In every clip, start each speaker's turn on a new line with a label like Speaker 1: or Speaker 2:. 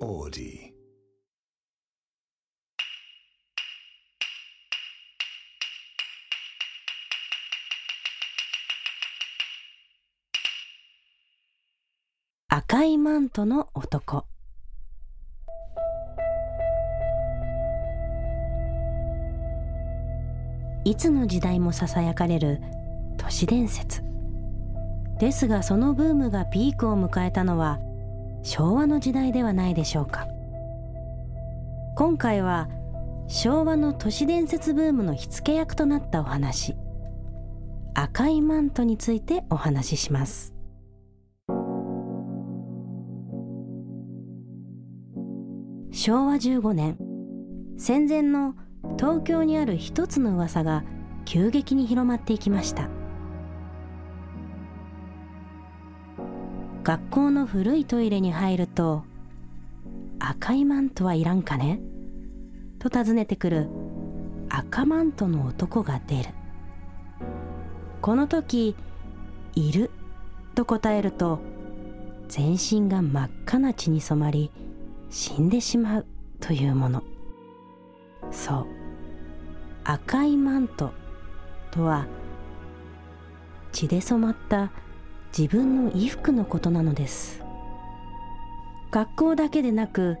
Speaker 1: Audi.
Speaker 2: 赤いマントの男いつの時代もささやかれる都市伝説ですがそのブームがピークを迎えたのは昭和の時代ではないでしょうか今回は昭和の都市伝説ブームの火付け役となったお話赤いマントについてお話しします昭和15年戦前の東京にある一つの噂が急激に広まっていきました学校の古いトイレに入ると「赤いマントはいらんかね?」と尋ねてくる赤マントの男が出るこの時「いる」と答えると全身が真っ赤な血に染まり死んでしまうというものそう赤いマントとは血で染まった自分の衣服のことなのです学校だけでなく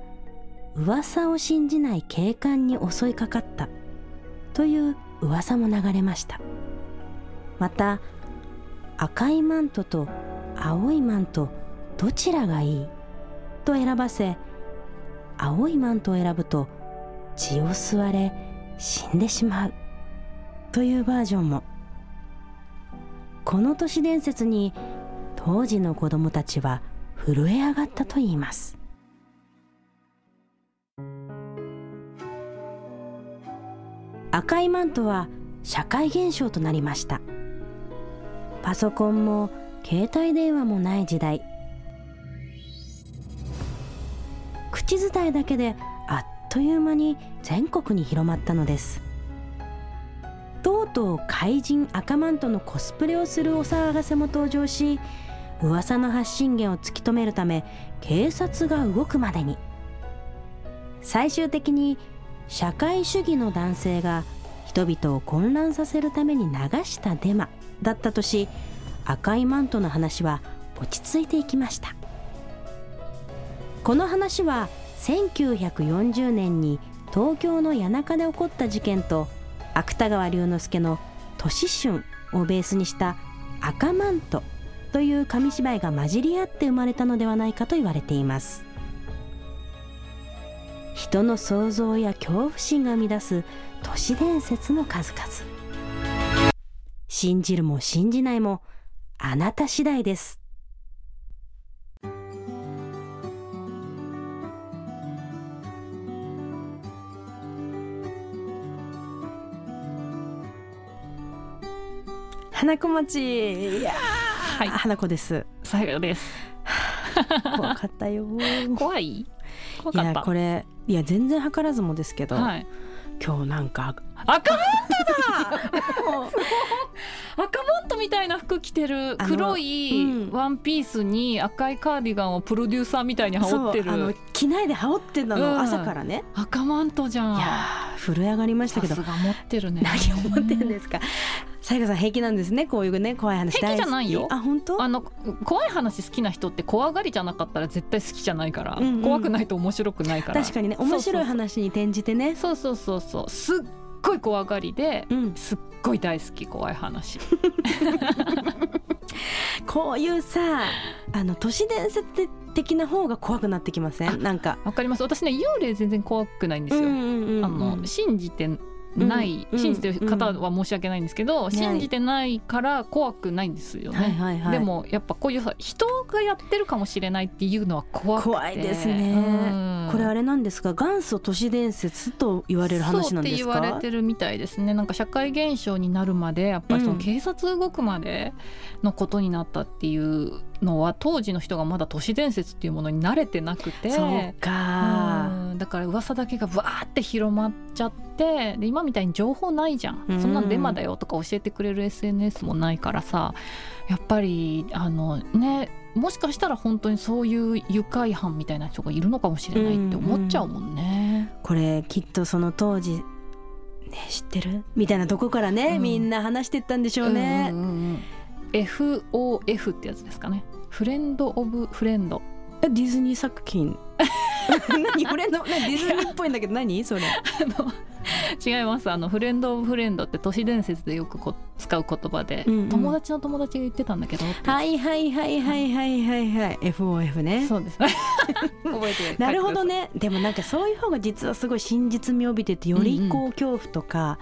Speaker 2: 噂を信じない警官に襲いかかったという噂も流れましたまた赤いマントと青いマントどちらがいいと選ばせ青いマントを選ぶと血を吸われ死んでしまうというバージョンもこの都市伝説に当時の子供たちは震え上がったといいます赤いマントは社会現象となりましたパソコンも携帯電話もない時代口伝えだけであっという間に全国に広まったのですとうとう怪人赤マントのコスプレをするお騒がせも登場し噂の発信源を突き止めるため警察が動くまでに最終的に社会主義の男性が人々を混乱させるために流したデマだったとし赤いマントの話は落ち着いていきましたこの話は1940年に東京の谷中で起こった事件と芥川龍之介の「都市春」をベースにした「赤マント」という紙芝居が混じり合って生まれたのではないかと言われています人の想像や恐怖心が生み出す都市伝説の数々信じるも信じないもあなた次第です花子町いやー、
Speaker 3: い
Speaker 2: 花子です
Speaker 3: 最後です
Speaker 2: 怖かったよ
Speaker 3: 怖い怖
Speaker 2: い
Speaker 3: かっ
Speaker 2: や
Speaker 3: た
Speaker 2: これいや全然計らずもですけど、
Speaker 3: はい
Speaker 2: 今日なんか
Speaker 3: 赤マントだもう赤マントみたいな服着てる
Speaker 2: あの
Speaker 3: 黒い
Speaker 2: うん
Speaker 3: ワンピースに赤いカーディガンをプロデューサーみたいに羽織って
Speaker 2: そうあの
Speaker 3: る
Speaker 2: 着ないで羽織ってた
Speaker 3: うん
Speaker 2: の朝からね、
Speaker 3: 赤マントじゃん
Speaker 2: いやー震え上がりました
Speaker 3: さ
Speaker 2: けど
Speaker 3: すが持ってるね
Speaker 2: 何を思ってんですか西郷さん平気なんですねこういうね怖い話
Speaker 3: 平気じゃない
Speaker 2: 大
Speaker 3: よ
Speaker 2: 好きあ本当
Speaker 3: あの怖い話好きな人って怖がりじゃなかったら絶対好きじゃないから、
Speaker 2: うんうん
Speaker 3: 怖くないと面白くないから
Speaker 2: 確かにね
Speaker 3: そうそう
Speaker 2: 面白い話に転じてね
Speaker 3: そうそうそうそうすっごい怖がりで
Speaker 2: うん、
Speaker 3: すっごい大好き怖い話
Speaker 2: こういうさあの都市伝説的な方が怖くなってきませ
Speaker 3: あ
Speaker 2: んなんか
Speaker 3: わかります私ね幽霊全然怖くないんですよ、
Speaker 2: んうん
Speaker 3: あの信じてない、
Speaker 2: うん
Speaker 3: 信じてる方は申し訳ないんですけど、
Speaker 2: い
Speaker 3: 信じてないから怖くないんですよね、
Speaker 2: はいはいはい
Speaker 3: でもやっぱこういうさ人がやってるかもしれないっていうのは怖くて
Speaker 2: 怖いですね
Speaker 3: うん
Speaker 2: これあれなんですか元祖都市伝説と言われる話なんですか
Speaker 3: そうって言われてるみたいですねなんか社会現象になるまでやっぱりその
Speaker 2: うん
Speaker 3: 警察動くまでのことになったっていうのは、当時の人がまだ都市伝説っていうものに慣れてなくて
Speaker 2: そうか、
Speaker 3: うんだから噂だけがわーって広まっちゃってで今みたいに情報ないじゃん、
Speaker 2: うん
Speaker 3: そんなんデマだよとか教えてくれる SNS もないからさやっぱりあのねもしかしたら本当にそういう愉快犯みたいな人がいるのかもしれないって思っちゃうもんね。
Speaker 2: これきっとその当時、ね、知ってるみたいなとこからね、
Speaker 3: うん
Speaker 2: みんな話してったんでしょうね、
Speaker 3: うんうんうん FOF ってやつですかね。フレンド・オブ・フレンド。
Speaker 2: えディズニー作 品何フレンドねディズニーっぽいんだけど何それ
Speaker 3: あの違いますあのフレンド・オブ・フレンドって都市伝説でよくこ使う言葉で、
Speaker 2: うんうん
Speaker 3: 友達の友達が言ってたんだけどって
Speaker 2: はいはいはいはいはいはいはい FOF ね
Speaker 3: そう ですね覚えて 帰ってください
Speaker 2: なるほどねでもなんかそういう方が実はすごい真実味を帯びててよりこう恐怖とか、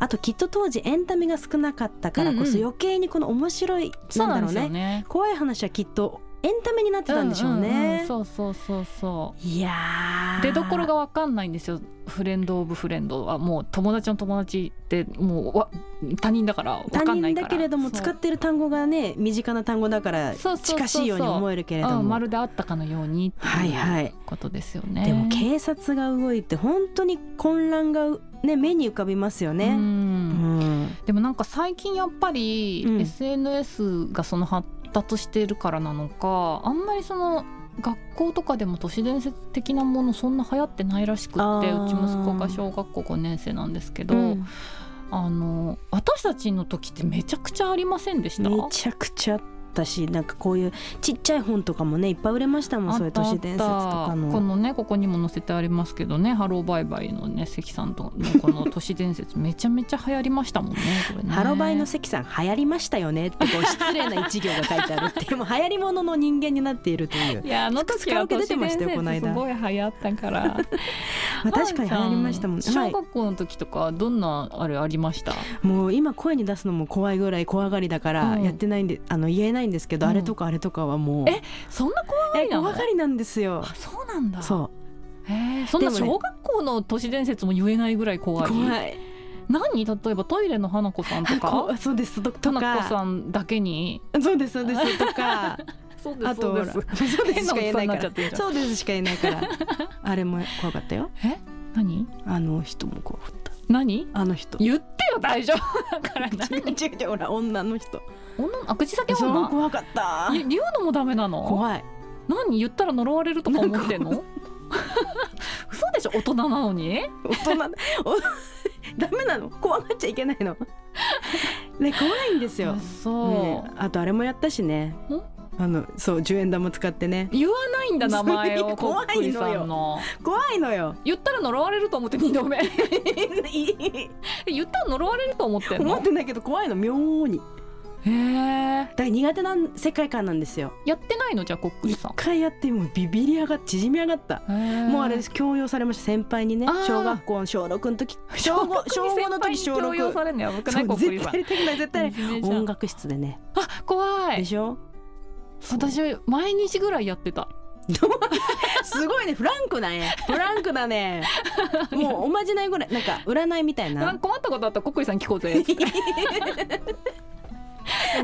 Speaker 2: あときっと当時エンタメが少なかったからこそ
Speaker 3: うんうん
Speaker 2: 余計にこの面白い
Speaker 3: そう
Speaker 2: な
Speaker 3: なんん
Speaker 2: だ
Speaker 3: で
Speaker 2: ろう
Speaker 3: す
Speaker 2: ね
Speaker 3: よね
Speaker 2: 怖い話はきっとエンタメになってたんでしょうね、
Speaker 3: んんんそうそうそうそう
Speaker 2: いやー
Speaker 3: 出どころが分かんないんですよフレンド・オブ・フレンドはもう友達の友達ってもうわ他人だから分
Speaker 2: 他
Speaker 3: かんな
Speaker 2: 人
Speaker 3: いから
Speaker 2: だけれども
Speaker 3: そう
Speaker 2: 使ってる単語がね身近な単語だから
Speaker 3: そうそうそうそう
Speaker 2: 近しいように思えるけれど
Speaker 3: あ
Speaker 2: も
Speaker 3: まるであったかのようにって
Speaker 2: はいはいいう
Speaker 3: ことですよね。
Speaker 2: でも警察が動いて本当に混乱がうね目に浮かびますよ
Speaker 3: う
Speaker 2: ね。うんん
Speaker 3: でもなんか最近やっぱり
Speaker 2: うん
Speaker 3: SNS がその発達しているからなのか、あんまりその学校とかでも都市伝説的なものそんな流行ってないらしくって
Speaker 2: あー
Speaker 3: うち息子が小学校5年生なんですけど、
Speaker 2: うん
Speaker 3: あの私たちの時ってめちゃくちゃありませんでした
Speaker 2: めちゃくちゃあったしなんかこういうちっちゃい本とかもねいっぱい売れましたもんそういう都市伝説と
Speaker 3: あった
Speaker 2: か
Speaker 3: あった
Speaker 2: の。
Speaker 3: このねここにも載せてありますけどね「ハローバイバイ」のね関さんとのこの都市伝説めちゃめちゃ流行りましたもんねこれね
Speaker 2: ハロバイの関さん流行りましたよねってこう失礼な一行が書いてあるっていう もう流行り物の人間になっているという
Speaker 3: いやあの時
Speaker 2: カラオ
Speaker 3: は
Speaker 2: ケ
Speaker 3: 都
Speaker 2: 出
Speaker 3: 市
Speaker 2: てま
Speaker 3: 伝
Speaker 2: したよ
Speaker 3: 説
Speaker 2: この間
Speaker 3: すごい流行ったから
Speaker 2: まあ 確かに流行りましたもん
Speaker 3: 小
Speaker 2: はい
Speaker 3: 学校の時とかどんなあれありました、
Speaker 2: もう今声に出すのも怖いぐらい怖がりだから
Speaker 3: うん
Speaker 2: やってないんで、あの言えないんですけど、
Speaker 3: うん
Speaker 2: あれとかあれとかはもう
Speaker 3: えそんな怖が
Speaker 2: え
Speaker 3: りなの
Speaker 2: 怖がりなんですよ
Speaker 3: あそうなんだ
Speaker 2: そう
Speaker 3: へえそんな
Speaker 2: でもね
Speaker 3: 小学校の都市伝説も言えないぐらい怖い
Speaker 2: 怖い
Speaker 3: 何例えばトイレの花子さんと
Speaker 2: こ
Speaker 3: か
Speaker 2: うそうですとと
Speaker 3: 田中
Speaker 2: か
Speaker 3: さんだけに
Speaker 2: そうですそうですとか
Speaker 3: そう
Speaker 2: あとほら そうですしか言えないから
Speaker 3: てるじゃん
Speaker 2: そうですしか言えないから あれも怖かったよ
Speaker 3: え何
Speaker 2: あの人も怖かった
Speaker 3: 何
Speaker 2: あの人違
Speaker 3: 言ってよ大丈夫だから
Speaker 2: う
Speaker 3: 何
Speaker 2: 違う違うほら女の人
Speaker 3: 女のあ口先
Speaker 2: その
Speaker 3: 女
Speaker 2: 怖かった
Speaker 3: い言うのもダメなの
Speaker 2: 怖い
Speaker 3: 何言ったら呪われるとか思ってん
Speaker 2: な
Speaker 3: の嘘でしょ大人なのに
Speaker 2: 大人お ダメなの怖がっちゃいけないの ね怖いんですよ
Speaker 3: あそ
Speaker 2: ねあとあれもやったしねあのそう10円玉使ってね
Speaker 3: う言わないんだ名前
Speaker 2: それ
Speaker 3: を
Speaker 2: 怖いのよ
Speaker 3: コックリさんの
Speaker 2: 怖いのよ
Speaker 3: 言ったら呪われると思って二度目 言ったら呪われると思ってん
Speaker 2: 思っ
Speaker 3: の
Speaker 2: てないけど怖いの妙にだ
Speaker 3: へえ
Speaker 2: から苦手な世界観なんですよ
Speaker 3: やってないのじゃあコックリ
Speaker 2: 一
Speaker 3: さん
Speaker 2: 回やってもうビビり上がっ縮み上がったも
Speaker 3: も
Speaker 2: うあれ強要されました先輩にね
Speaker 3: あー
Speaker 2: 小学校の小6の時小
Speaker 3: 小
Speaker 2: 5小5の時小
Speaker 3: 強要さ
Speaker 2: 6
Speaker 3: れるのやばくな
Speaker 2: そ
Speaker 3: いうコックリ
Speaker 2: 絶
Speaker 3: さ
Speaker 2: 対やり
Speaker 3: ん
Speaker 2: たくない絶対やりたくない
Speaker 3: いじめじゃん
Speaker 2: 音楽室でね
Speaker 3: あ怖
Speaker 2: で
Speaker 3: い
Speaker 2: しょ
Speaker 3: 私毎日ぐらいやってた
Speaker 2: すごい ねフランクだねフランクだねもうおまじないぐらいなんか占いみたい
Speaker 3: なん
Speaker 2: な
Speaker 3: か困ったことあったらコックリさん聞こ うぜ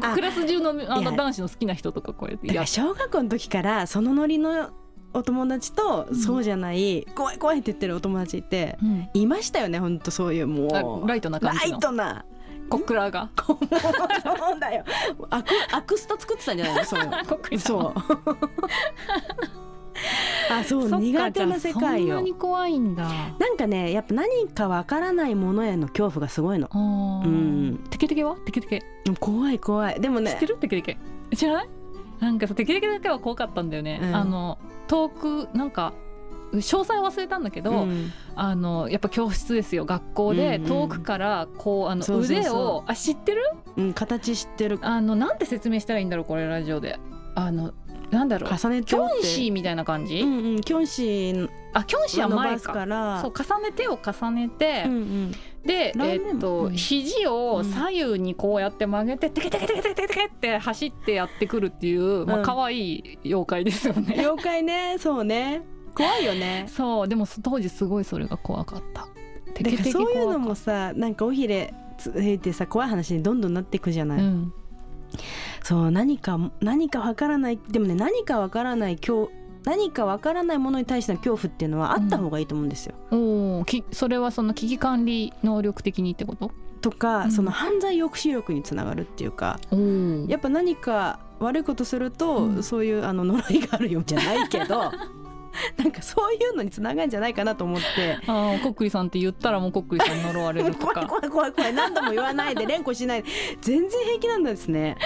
Speaker 2: あ
Speaker 3: クラス中のあ
Speaker 2: いや
Speaker 3: の男子の好きな人とかこうやって
Speaker 2: だか
Speaker 3: や
Speaker 2: ら小学校の時からそのノリのお友達と
Speaker 3: ん
Speaker 2: そうじゃない、怖い怖いって言ってるお友達って
Speaker 3: うん
Speaker 2: いましたよねほんとそういうも
Speaker 3: あ
Speaker 2: う
Speaker 3: ライトな感
Speaker 2: ラ
Speaker 3: じ
Speaker 2: イ
Speaker 3: の
Speaker 2: トな
Speaker 3: コックラーが
Speaker 2: そうだよアクアクスタ作ってたんじゃないのそういうの
Speaker 3: コックリさん
Speaker 2: そう あそう
Speaker 3: そっか
Speaker 2: 苦手な世界
Speaker 3: じゃあそんな
Speaker 2: よ
Speaker 3: に怖いんだ
Speaker 2: なんかねやっぱ何かわからないものへの恐怖がすごいの
Speaker 3: あ
Speaker 2: う
Speaker 3: ー
Speaker 2: ん
Speaker 3: テケテケはテケテケ
Speaker 2: でも怖い怖いでも
Speaker 3: 知っ
Speaker 2: ね
Speaker 3: てるテケテケ知らないなんかさテケテケだけは怖かったんだよね
Speaker 2: うん
Speaker 3: あの遠くなんか詳細忘れたんだけど、
Speaker 2: うん
Speaker 3: あのやっぱ教室ですよ学校
Speaker 2: う
Speaker 3: で
Speaker 2: んうん
Speaker 3: 遠くからこうあの
Speaker 2: そうそうそう
Speaker 3: 腕をあ知ってる
Speaker 2: うん、形知ってる
Speaker 3: あのなんて説明したらいいんだろうこれラジオであのなんだろう
Speaker 2: 重ね
Speaker 3: キ
Speaker 2: て
Speaker 3: ョ
Speaker 2: 折って
Speaker 3: ンシーみたいな感じ、
Speaker 2: うんうんキョンシー
Speaker 3: あキョンシーは
Speaker 2: 伸ば
Speaker 3: 前
Speaker 2: す
Speaker 3: か
Speaker 2: から
Speaker 3: そう重ね手を重ねて、
Speaker 2: うんうん、
Speaker 3: で
Speaker 2: ラーメ
Speaker 3: え
Speaker 2: ン
Speaker 3: っと、
Speaker 2: うん
Speaker 3: 肘を左右にこうやって曲げて、テケテケテケテケテケテケって走ってやってくるっていう、ま
Speaker 2: う
Speaker 3: あ
Speaker 2: ん
Speaker 3: 可愛い妖怪ですよね。
Speaker 2: 妖怪ね そうね怖いよ ね
Speaker 3: そうでも当時すごいそれが怖かった。テ
Speaker 2: だ
Speaker 3: ケ
Speaker 2: から
Speaker 3: テケ
Speaker 2: そういうの
Speaker 3: 怖か
Speaker 2: も
Speaker 3: っ
Speaker 2: さなんか尾ひれついてさ怖い話にどんどんなっていくじゃ
Speaker 3: た。
Speaker 2: ない、
Speaker 3: うん
Speaker 2: そう何か何かわからないでもね何かわからない恐何かわからないものに対しての恐怖っていうのはあった方がいいと思うんですよ。
Speaker 3: おーきそれはその危機管理能力的にってこと
Speaker 2: とか、
Speaker 3: うん
Speaker 2: その犯罪抑止力につながるっていうか
Speaker 3: お
Speaker 2: やっぱ何か悪いことすると、
Speaker 3: うん
Speaker 2: そういうあの呪いがあるよじゃないけ どなんかそういうのにつながるんじゃないかなと思って
Speaker 3: ああ、こっくりさんって言ったらもうこっくりさん呪われると
Speaker 2: 怖い
Speaker 3: か。
Speaker 2: 怖い怖い怖い何度も言わないで連呼しないで全然平気なんですね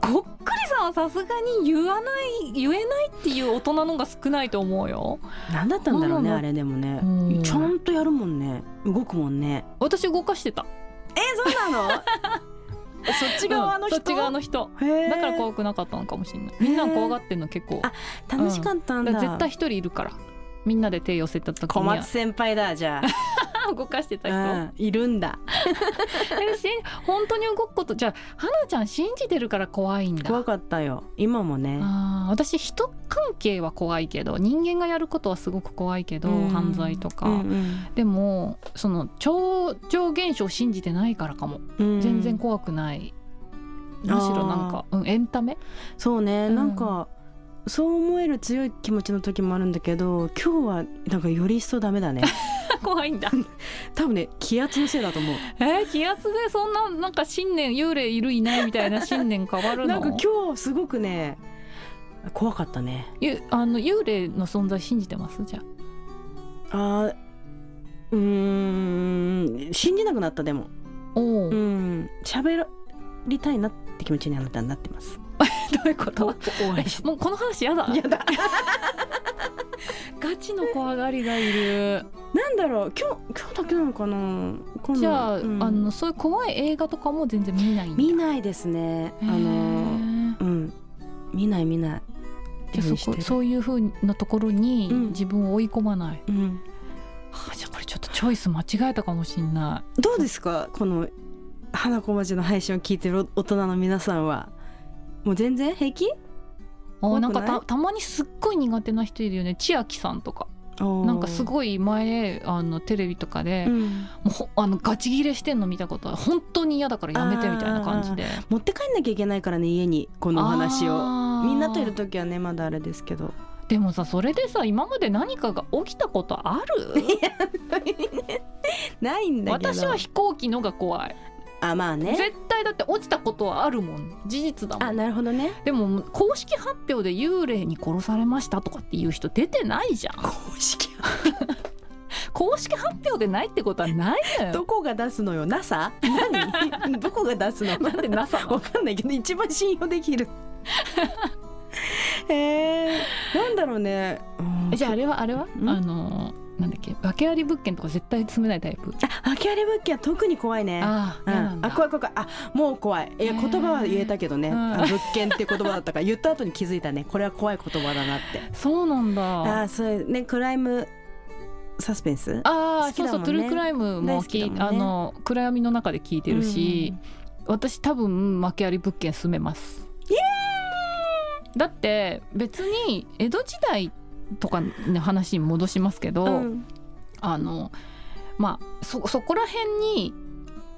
Speaker 3: こっくりさんはさすがに言わない、言えないっていう大人のが少ないと思うよ。
Speaker 2: 何だったんだろうね
Speaker 3: うん
Speaker 2: あれでもね
Speaker 3: うん
Speaker 2: ちゃんとやるもんね動くもんね
Speaker 3: 私動かしてた。
Speaker 2: えそうなの そっち側の
Speaker 3: うん
Speaker 2: 人、
Speaker 3: そっち側の人。
Speaker 2: へー
Speaker 3: だから怖くなかったのかもしれない。みんな怖がってんの結構。
Speaker 2: あ楽しかったんだ,、
Speaker 3: だから絶対一人いるから。みんなで手寄せた時
Speaker 2: 小
Speaker 3: には
Speaker 2: 松先輩だじゃ
Speaker 3: 動かしてた人。
Speaker 2: あ、うん、いるんだ
Speaker 3: えしん本当に動くことじゃあ花ちゃん信じてるから怖いんだ。
Speaker 2: 怖かったよ今もね
Speaker 3: あー私人関係は怖いけど人間がやることはすごく怖いけど、
Speaker 2: うん
Speaker 3: 犯罪とか、
Speaker 2: うん
Speaker 3: でもその超常現象を信じてないからかも
Speaker 2: うんうん
Speaker 3: 全然怖くない、むしろなんか、うん、エンタ メ
Speaker 2: そうね、
Speaker 3: うん
Speaker 2: なんかそう思える強い気持ちの時もあるんだけど今日はなんかより一層ダメ だね
Speaker 3: 怖いんだ
Speaker 2: 多分ね気圧のせいだと思う
Speaker 3: えー気圧でそんななんか信念幽霊いるいないみたいな信念変わるの
Speaker 2: なんか今日すごくね怖かったね
Speaker 3: ゆあの幽霊の存在信じてますじゃあ
Speaker 2: あーうーん信じなくなったでも
Speaker 3: お
Speaker 2: う
Speaker 3: お、ど
Speaker 2: ん喋りたいなって気持ちにあなたになってます
Speaker 3: ういうこと
Speaker 2: お会いして
Speaker 3: もうこの話やだ
Speaker 2: やだ
Speaker 3: ガチの怖がりがいる
Speaker 2: なんだろう今日今日だけなのかな今度
Speaker 3: じゃあ,、
Speaker 2: うん
Speaker 3: あのそういう怖い映画とかも全然見ないんだ
Speaker 2: 見ないですねあの
Speaker 3: へー
Speaker 2: うん見ない見ない
Speaker 3: じゃあそこそういうふうなところに
Speaker 2: うん
Speaker 3: 自分を追い込まない、
Speaker 2: うん、
Speaker 3: はあじゃあこれちょっとチョイス間違えたかもしんな
Speaker 2: どうですかこの花子町の配信を聞いてる大人の皆さんはもう全然平気
Speaker 3: い
Speaker 2: 怖
Speaker 3: あ
Speaker 2: く
Speaker 3: なんか
Speaker 2: な
Speaker 3: た
Speaker 2: い
Speaker 3: たまにすっごい苦手な人いるよね千秋さんとかなんかす
Speaker 2: い、
Speaker 3: ごい前あのテレビとかで、
Speaker 2: うん
Speaker 3: もうほあのガチギレしてんの見たことは本当に嫌だからやめてみたいな感じで
Speaker 2: 持って帰んなきゃいけないからね家にこのお話を
Speaker 3: あー
Speaker 2: みんなといる時はねまだあれですけど
Speaker 3: でもさそれでさ今まで何かが起きたことあ る
Speaker 2: ないんだけど
Speaker 3: 私は飛行機のが怖い
Speaker 2: あまあね
Speaker 3: 絶対だって落ちたことはあるもん事実だもん
Speaker 2: あなるほどね
Speaker 3: でも公式発表で幽霊に殺されましたとかっていう人出てないじゃん
Speaker 2: 公式
Speaker 3: 公式発表でないってことはないのよ
Speaker 2: どこが出すのよ NASA 何 どこが出すの
Speaker 3: なんで NASA なの
Speaker 2: わかんないけど一番信用できるえー、なんだろうね
Speaker 3: えじゃああれはあれは
Speaker 2: ん
Speaker 3: あのなんだっけ訳あり物件とか絶対住めないタイプ
Speaker 2: あ、訳あり物件は特に怖いね。
Speaker 3: あ
Speaker 2: う
Speaker 3: あ、
Speaker 2: ん
Speaker 3: 嫌なんだ
Speaker 2: あ怖い怖い怖いあもう怖いいや
Speaker 3: へ
Speaker 2: 言
Speaker 3: ー
Speaker 2: 葉は言えたけどね、
Speaker 3: うん
Speaker 2: あ物件って言葉だったから言った後に気づいたねこれは怖い言葉だなって
Speaker 3: そうなん
Speaker 2: あ
Speaker 3: だ
Speaker 2: あそういうねクライムサスペンス
Speaker 3: ああ、
Speaker 2: 好き
Speaker 3: そう
Speaker 2: だ
Speaker 3: そ
Speaker 2: も
Speaker 3: う
Speaker 2: ね
Speaker 3: んトゥルークライムもき、
Speaker 2: 大好きだもんね
Speaker 3: あの暗闇の中で聞いてるし、私多分訳あり物件住めますだって別に江戸時代とかの話に戻しますけど、
Speaker 2: うんうん
Speaker 3: あのまあそそこら辺に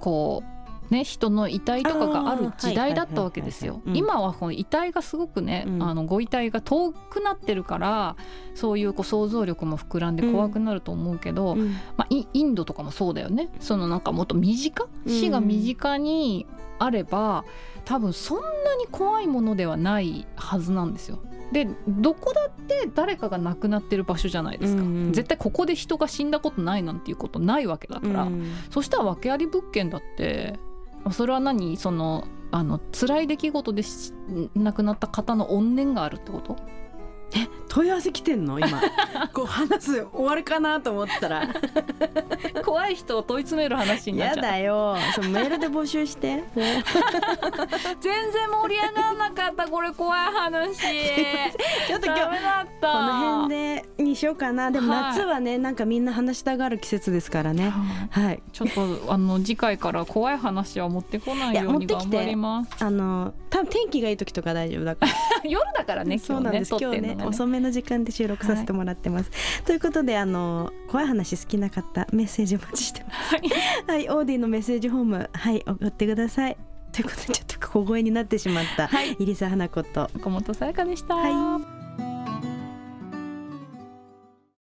Speaker 3: こうね人の遺体とかがある時代だったわけです
Speaker 2: あ
Speaker 3: よ
Speaker 2: ー。はいはいはい
Speaker 3: 今はこの遺体がすごくね、
Speaker 2: うん
Speaker 3: あのご遺体が遠くなってるからそういうこう想像力も膨らんで怖くなると思うけ
Speaker 2: う
Speaker 3: ど、
Speaker 2: ん
Speaker 3: まあ、イインドとかもそうだよねそのなんかもっと身近
Speaker 2: うん
Speaker 3: 死が身近にあれば多分そんなに怖いものではないはずなんですよ。でどこだって誰かが亡くなってる場所じゃないですか、
Speaker 2: うんうん
Speaker 3: 絶対ここで人が死んだことないなんていうことないわけだから、
Speaker 2: うん
Speaker 3: そしたら訳あり物件だってまあそれは何そのあの辛い出来事でし亡くなった方の怨念があるってこと
Speaker 2: 問い合わせ来てんの今 こう話す終わるかなと思ったら
Speaker 3: 怖い人を問い詰める話になっ
Speaker 2: や
Speaker 3: ちゃう
Speaker 2: だよそうメールで募集 して
Speaker 3: 全然盛り上がんなかったこれ怖い話
Speaker 2: ちょっと
Speaker 3: ダ
Speaker 2: 今日
Speaker 3: メだった
Speaker 2: この辺でにしようかなでも
Speaker 3: はい
Speaker 2: 夏はね、なんかみんな話したがる季節ですからね
Speaker 3: はい
Speaker 2: はい
Speaker 3: ちょっとあの次回から怖い話は持ってこない
Speaker 2: いや
Speaker 3: ように
Speaker 2: 持っ
Speaker 3: 頑
Speaker 2: てきて
Speaker 3: 張ります。
Speaker 2: あの多分天気がいい時とか大丈夫だから
Speaker 3: 夜だからね
Speaker 2: そ
Speaker 3: 今
Speaker 2: う
Speaker 3: 日
Speaker 2: なんで
Speaker 3: ね
Speaker 2: す
Speaker 3: 撮っ
Speaker 2: 今
Speaker 3: て
Speaker 2: 日
Speaker 3: る
Speaker 2: ね
Speaker 3: のがね。
Speaker 2: 遅めの時間で収録させてもらってます、ということであの怖い話好きな方メッセージお待ちしてます
Speaker 3: はい
Speaker 2: はいオーディのメッセージホームはい送ってくださいということでちょっと小声になってしまった、
Speaker 3: はい
Speaker 2: イリサ花子と
Speaker 3: 岡本さやかでした。
Speaker 2: はい